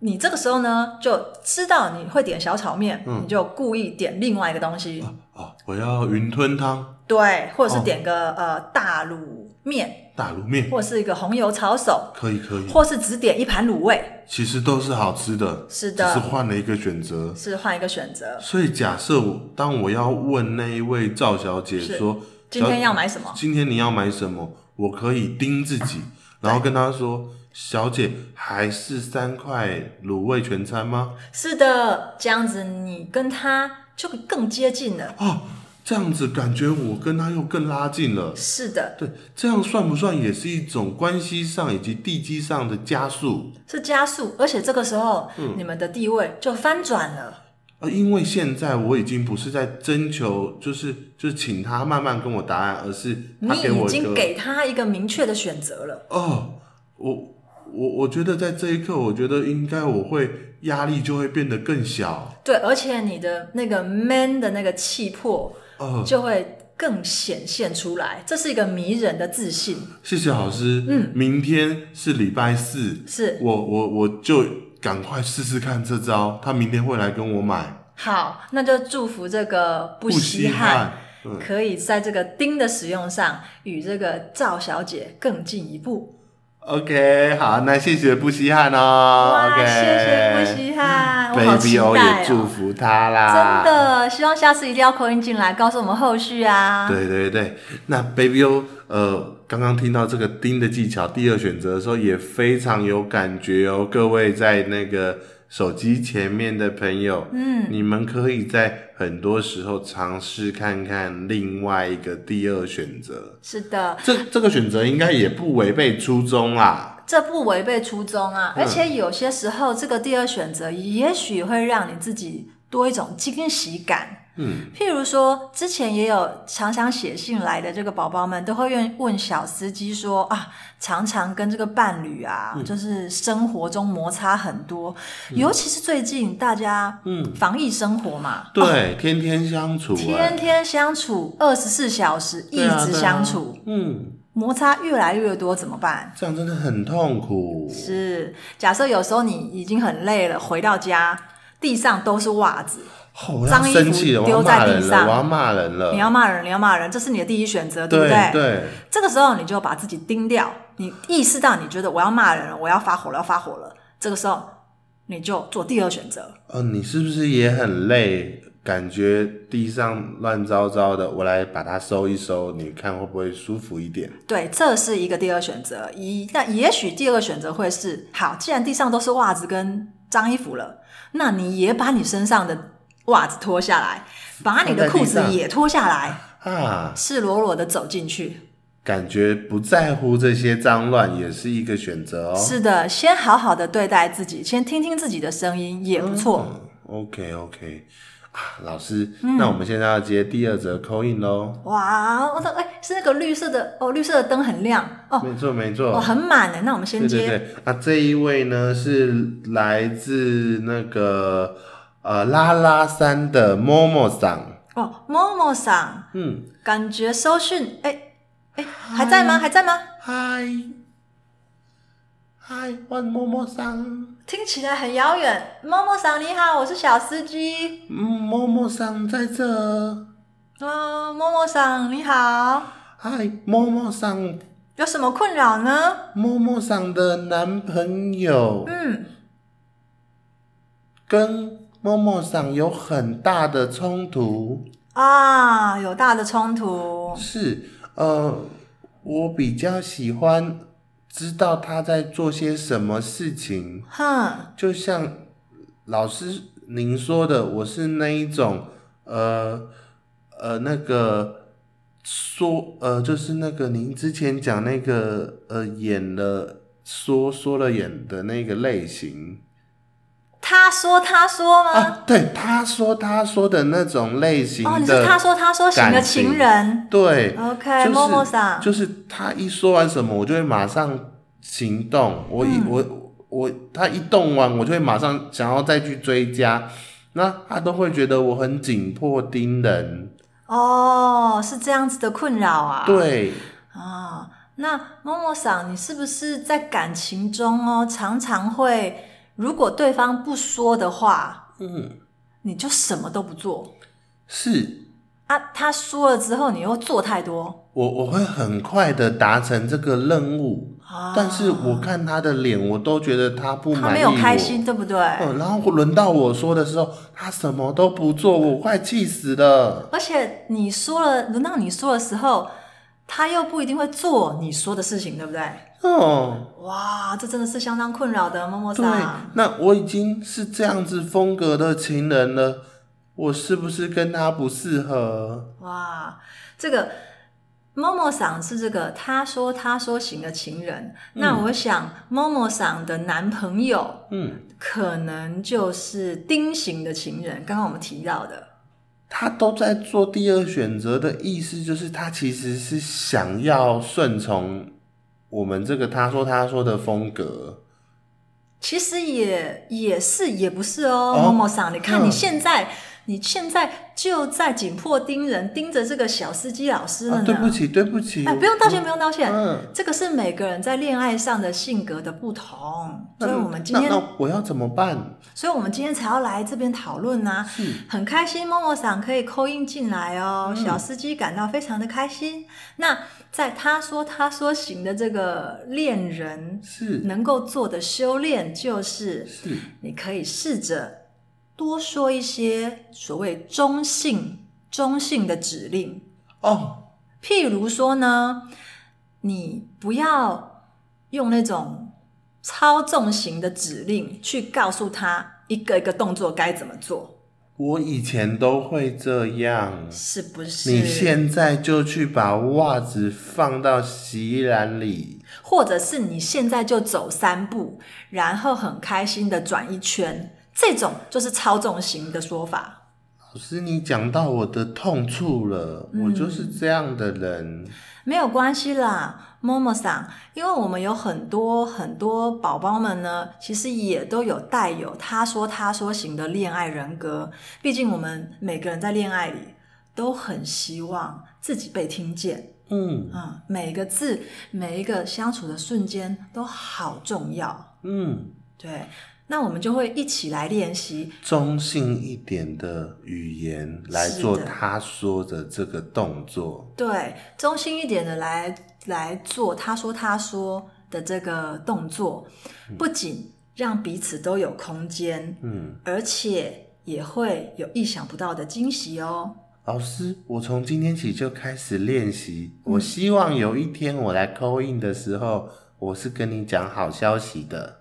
你这个时候呢就知道你会点小炒面，
嗯
你就故意点另外一个东西，
哦，我要云吞汤、
对，或者是
哦
点个、呃大卤面，
大卤面，
或是一个红油抄手，
可以可以，
或是只点一盘卤味，
其实都是好吃的，
是的
只是换了一个选择。
是换一个选择。
所以假设我当我要问那一位赵小姐
是
说，
今天
小
要买什么？
今天你要买什么，我可以盯自己，然后跟她说，小姐还是三块卤味全餐吗？
是的，这样子你跟他就更接近了。
哦，这样子感觉我跟她又更拉近了。
是的，
对，这样算不算也是一种关系上以及地基上的加速？
是加速，而且这个时候、
嗯
你们的地位就翻转了。
呃，因为现在我已经不是在征求，就是就是请他慢慢跟我答案，而是他
你
给我
已
一
经
个
给他一个明确的选择了。
哦，我我我觉得在这一刻，我觉得应该我会压力就会变得更小。
对，而且你的那个 man 的那个气魄
哦，
就会更显现出来，这是一个迷人的自信。
谢谢老师。嗯，明天是礼拜四，
是
我我我就赶快试试看这招，他明天会来跟我买，
好，那就祝福这个不稀
稀
罕。
罕。嗯，
可以在这个钉的使用上与这个赵小姐更进一步。
OK，好，那谢谢不稀罕哦。
哇
OK，
谢谢不稀罕，我好
Baby
期待
O 也祝
哦！
福啊他啦。
真。的，希望下次一定要扣音进来，告诉我们后续啊。
对对对，那 Baby O，呃，刚刚听到这个钉的技巧，第二选择的时候也非常有感觉哦。各位在那个手机前面的朋友，嗯，你们可以在很多时候尝试看看另外一个第二选择。
是的，
这这个选择应该也不违背初衷啦。
这不违背初衷
嗯
啊，而且有些时候这个第二选择也许会让你自己多一种惊喜感。
嗯，
譬如说，之前也有常常写信来的这个宝宝们，都会愿问小司机说啊，常常跟这个伴侣
嗯
啊，就是生活中摩擦很多，尤其是最近大家
嗯
防疫生活嘛，
对，天天相处、哎
天天相处，二十四小时一
对啊
直
对啊
相处，
嗯，
摩擦越来越多，怎么办？
这样真的很痛苦。
是，假设有时候你已经很累了，回到家，地上都是袜子，
哦我要
脏衣服
生气了，我要
丢在
骂
地
人了，
上
我要骂人了。
你要骂人，你要骂人，这是你的第一选择，不
对
对？
对，
这个时候你就把自己盯掉，你意识到你觉得我要骂人了，我要发火了，要发火了，这个时候你就做第二选择。
哦，你是不是也很累？感觉地上乱糟糟的，我来把它收一收，你看会不会舒服一点？
对，这是一个第二选择。一，那也许第二个选择会是：好，既然地上都是袜子跟脏衣服了，那你也把你身上的袜子脱下来，把你的裤
放
子
在地上
也脱下来，
啊，
赤裸裸的走进去。
感觉不在乎这些脏乱也是一个选择哦。
是的，先好好的对待自己，先听听自己的声音也不错。
嗯，OK OK，啊，老师，那我们现在要接第二则扣印喽。
哇，我的哎，是那个绿色的哦，绿色的灯很亮哦，
没错没
哦，
错，
很满的。那我们先
对
接
对对。那这一位呢是来自那个呃拉拉山的默默桑，
哦，Momo 桑，
嗯，
感觉收讯哎哎还在
啊
吗？还在吗？
嗨，嗨，我摸摸桑，
听起来很遥远。Momo 桑你好，我是小司机。
嗯，摸摸桑在这。
哦，Momo 桑你好，
嗨，摸摸桑，
有什么困扰呢？
摸摸桑的男朋友
嗯，
跟摸摸桑有很大的冲突，
啊，有大的冲突。
是，呃，我比较喜欢知道他在做些什么事情。
哼，
就像老师您说的，我是那一种呃呃那个说呃就是那个您之前讲那个呃演了说说了演的那个类型，
他说他说吗？
啊，对，他说他说的那种类型的，
哦，你是他说他说型的情人
对，
，OK，
就是
默默桑，
就是他一说完什么，我就会马上行动。我
嗯
一、我我他一动完，我就会马上想要再去追加。那他都会觉得我很紧迫盯人，
哦，是这样子的困扰啊，
对，
啊、那默默桑，你是不是在感情中哦，常常会如果对方不说的话，
嗯，
你就什么都不做
是
啊？他说了之后，你又做太多
我我会很快的达成这个任务，
啊？
但是我看他的脸，我都觉得他不
他
满
没
意
有
我。
开心，对不对？
嗯，然后轮到我说的时候，他什么都不做，我快气死了。
而且你说了，轮到你说的时候，他又不一定会做你说的事情，对不对？
哦，
哇，这真的是相当困扰的，默默
对
桑。，
那我已经是这样子风格的情人了，我是不是跟他不适合？
哇，这个 Momo 桑是这个他说他说型的情人，那我想 Momo 桑的男朋友
嗯，
可能就是丁型的情人，刚刚我们提到的
他都在做第二选择的意思，就是他其实是想要顺从我们这个他说他说的风格。
其实也也是也不是哦
哦
，Momo 桑，你看
嗯
你现在。你现在就在紧迫盯人，盯着这个小司机老师了
啊，
呢。
对不起，对不起，
哎，
我
不用道歉，不用道歉。
嗯
这个是每个人在恋爱上的性格的不同，
那
所以我们今
嗯
天
那，那我要怎么办？
所以我们今天才要来这边讨论呢、
是
很开心，默默桑可以扣音进来哦，
嗯
小司机感到非常的开心。那在他说他说型的这个恋人，
是
能够做的修炼就是，
是，
你可以试着多说一些所谓中性中性的指令，
哦，
譬如说呢，你不要用那种操纵型的指令去告诉他一个一个动作该怎么做，
我以前都会这样。
是不是？
你现在就去把袜子放到洗衣篮里。
或者是你现在就走三步，然后很开心的转一圈，这种就是操纵型的说法。
老师，你讲到我的痛处了，
嗯
我就是这样的人。
没有关系啦，默默桑，因为我们有很多很多宝宝们呢，其实也都有带有他说他说型的恋爱人格。毕竟我们每个人在恋爱里都很希望自己被听见
嗯
啊、每个字每一个相处的瞬间都好重要。
嗯，
对，那我们就会一起来练习，
中性一点的语言来
是的
做他说的这个动作。
对，中心一点的来来做，他说他说的这个动作，不仅让彼此都有空间，
嗯，
而且也会有意想不到的惊喜哦。
老师，我从今天起就开始练习。我希望有一天我来 call in 的时候，我是跟你讲好消息的。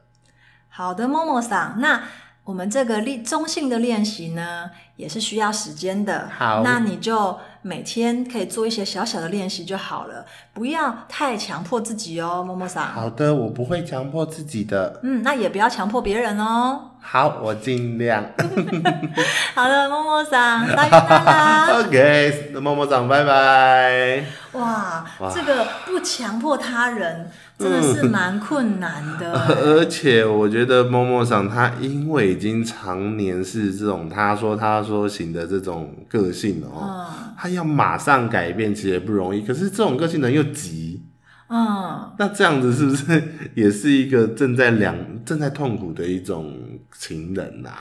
好的，默默桑，那我们这个练中性的练习呢，也是需要时间的。
好
那你就每天可以做一些小小的练习就好了，不要太强迫自己哦，默默桑。
好的，我不会强迫自己的。
嗯，那也不要强迫别人哦。
好，我尽量。
好的，默默桑，大家 拜
OK，那默默长，拜拜。
哇，
哇
这个不强迫他人真的是蛮困难 的。
而且我觉得默默长他因为已经常年是这种他说他说型的这种个性哦，
嗯
他要马上改变其实也不容易。可是这种个性的人又急，
嗯，
那这样子是不是也是一个正在两正在痛苦的一种情人呐、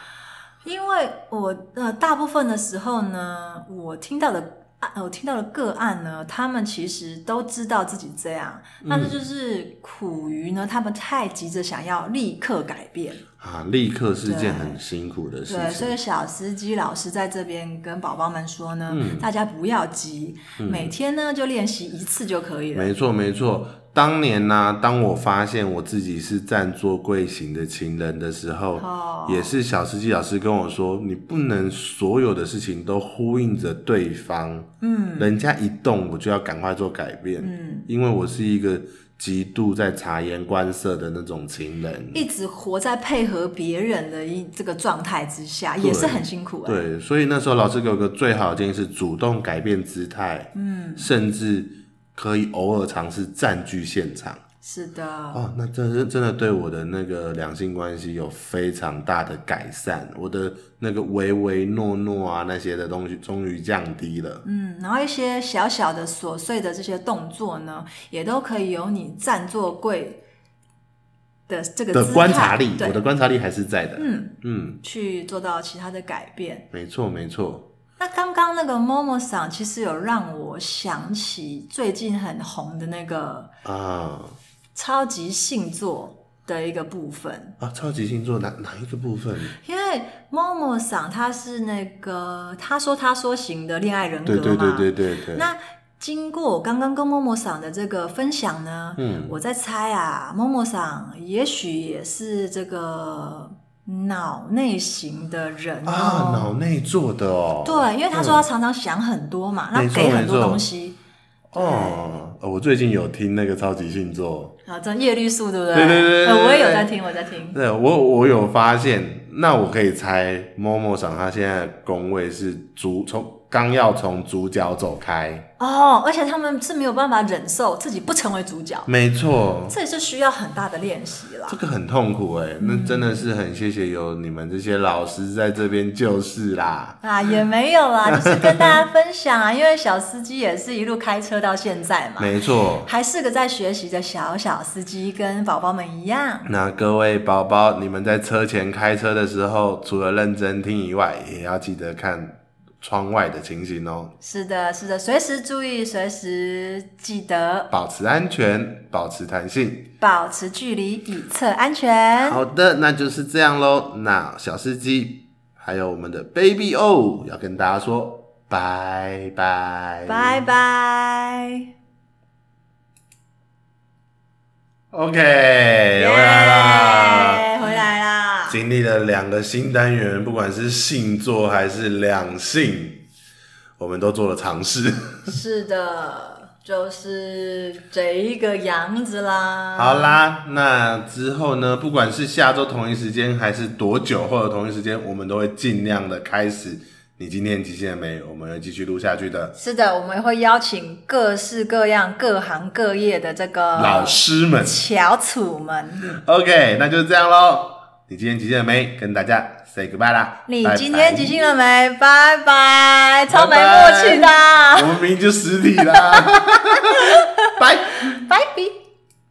因为我呃大部分的时候呢，我听到的啊我听到的个案呢，他们其实都知道自己这样，但是就是苦于呢，他们太急着想要立刻改变。
啊？立刻是
对
件很辛苦的事
对，所
情。
以小司机老师在这边跟宝宝们说呢，大家不要急，每天呢就练习一次就可以了。
没错，没错。
嗯
当年呢、当我发现我自己是占座柜型的情人的时候，
哦
也是小司机老师跟我说，你不能所有的事情都呼应着对方，
嗯
人家一动我就要赶快做改变，
嗯。
因为我是一个极度在察言观色的那种情人。
一直活在配合别人的一这个状态之下，也是很辛苦啊。
对，所以那时候老师给我个最好的建议是主动改变姿态，嗯，甚至可以偶尔尝试占据现场。
是的，
哦，那真是真的对我的那个两性关系有非常大的改善，我的那个唯唯诺诺啊那些的东西终于降低了。
嗯，然后一些小小的琐碎的这些动作呢，也都可以由你占座柜的这个
的
姿
观
态
察力，我
对，
的观察力还是在的。
嗯，
嗯，
去做到其他的改变。
没错没错，
那刚刚那个 Momo 桑其实有让我想起最近很红的那个
啊
超级星座的一个部分，
啊，超级星座哪哪一个部分？
因为 Momo 桑他是那个他说他说型的恋爱人格
对
嘛，
对对对对对，
那经过我刚刚跟默默桑的这个分享呢，
嗯
我在猜啊，默默桑也许也是这个脑内型的人
啊，
哦。
脑内做的哦，
对，因为他说他常常想很多嘛，那
没错
给很多
没错
东西，
哦，呃我最近有听那个超级星座，
啊，这叶绿素对不对？
对对对对
呃我也有
对
在听，我在听。
对我我有发现，那我可以猜某某赏他现在的宫位是主从刚要从主角走开，
哦，而且他们是没有办法忍受自己不成为主角，
没错，
这也是需要很大的练习啦
这。个很痛苦哎、那真的是很谢谢有你们这些老师在这边救世啦。
啊，也没 有啦，就是跟大家分享啊， 因为小司机也是一路开车到现在嘛，
没错，
还是个在学习的小小司机，跟宝宝们一样。
那各位宝宝，你们在车前开车的时候，除了认真听以外，也要记得看窗外的情形哦，
是的，是的，随时注意，随时记得
保持安全，保持弹性。
保持距离，以测安全。
好的，那就是这样喽。那小司机还有我们的 Baby O 要跟大家说拜拜，
拜拜。
OK，回来啦。
耶回来啦！
经历了两个新单元，不管是星座还是两性，我们都做了尝试。
嗯是的，就是这一个样子啦。
好啦，那之后呢，不管是下周同一时间，还是多久后的同一时间，我们都会尽量的开始。你今天极限了没？我们会继续录下去的。
是的，我们会邀请各式各样、各行各业的这个
老师们
翘楚们。
，OK，那就这样喽。你今天极限了没？跟大家 say goodbye 啦。
你
拜拜
今天即兴了没？拜拜，超没
拜拜
默契的啊。
我们明明就实体啦。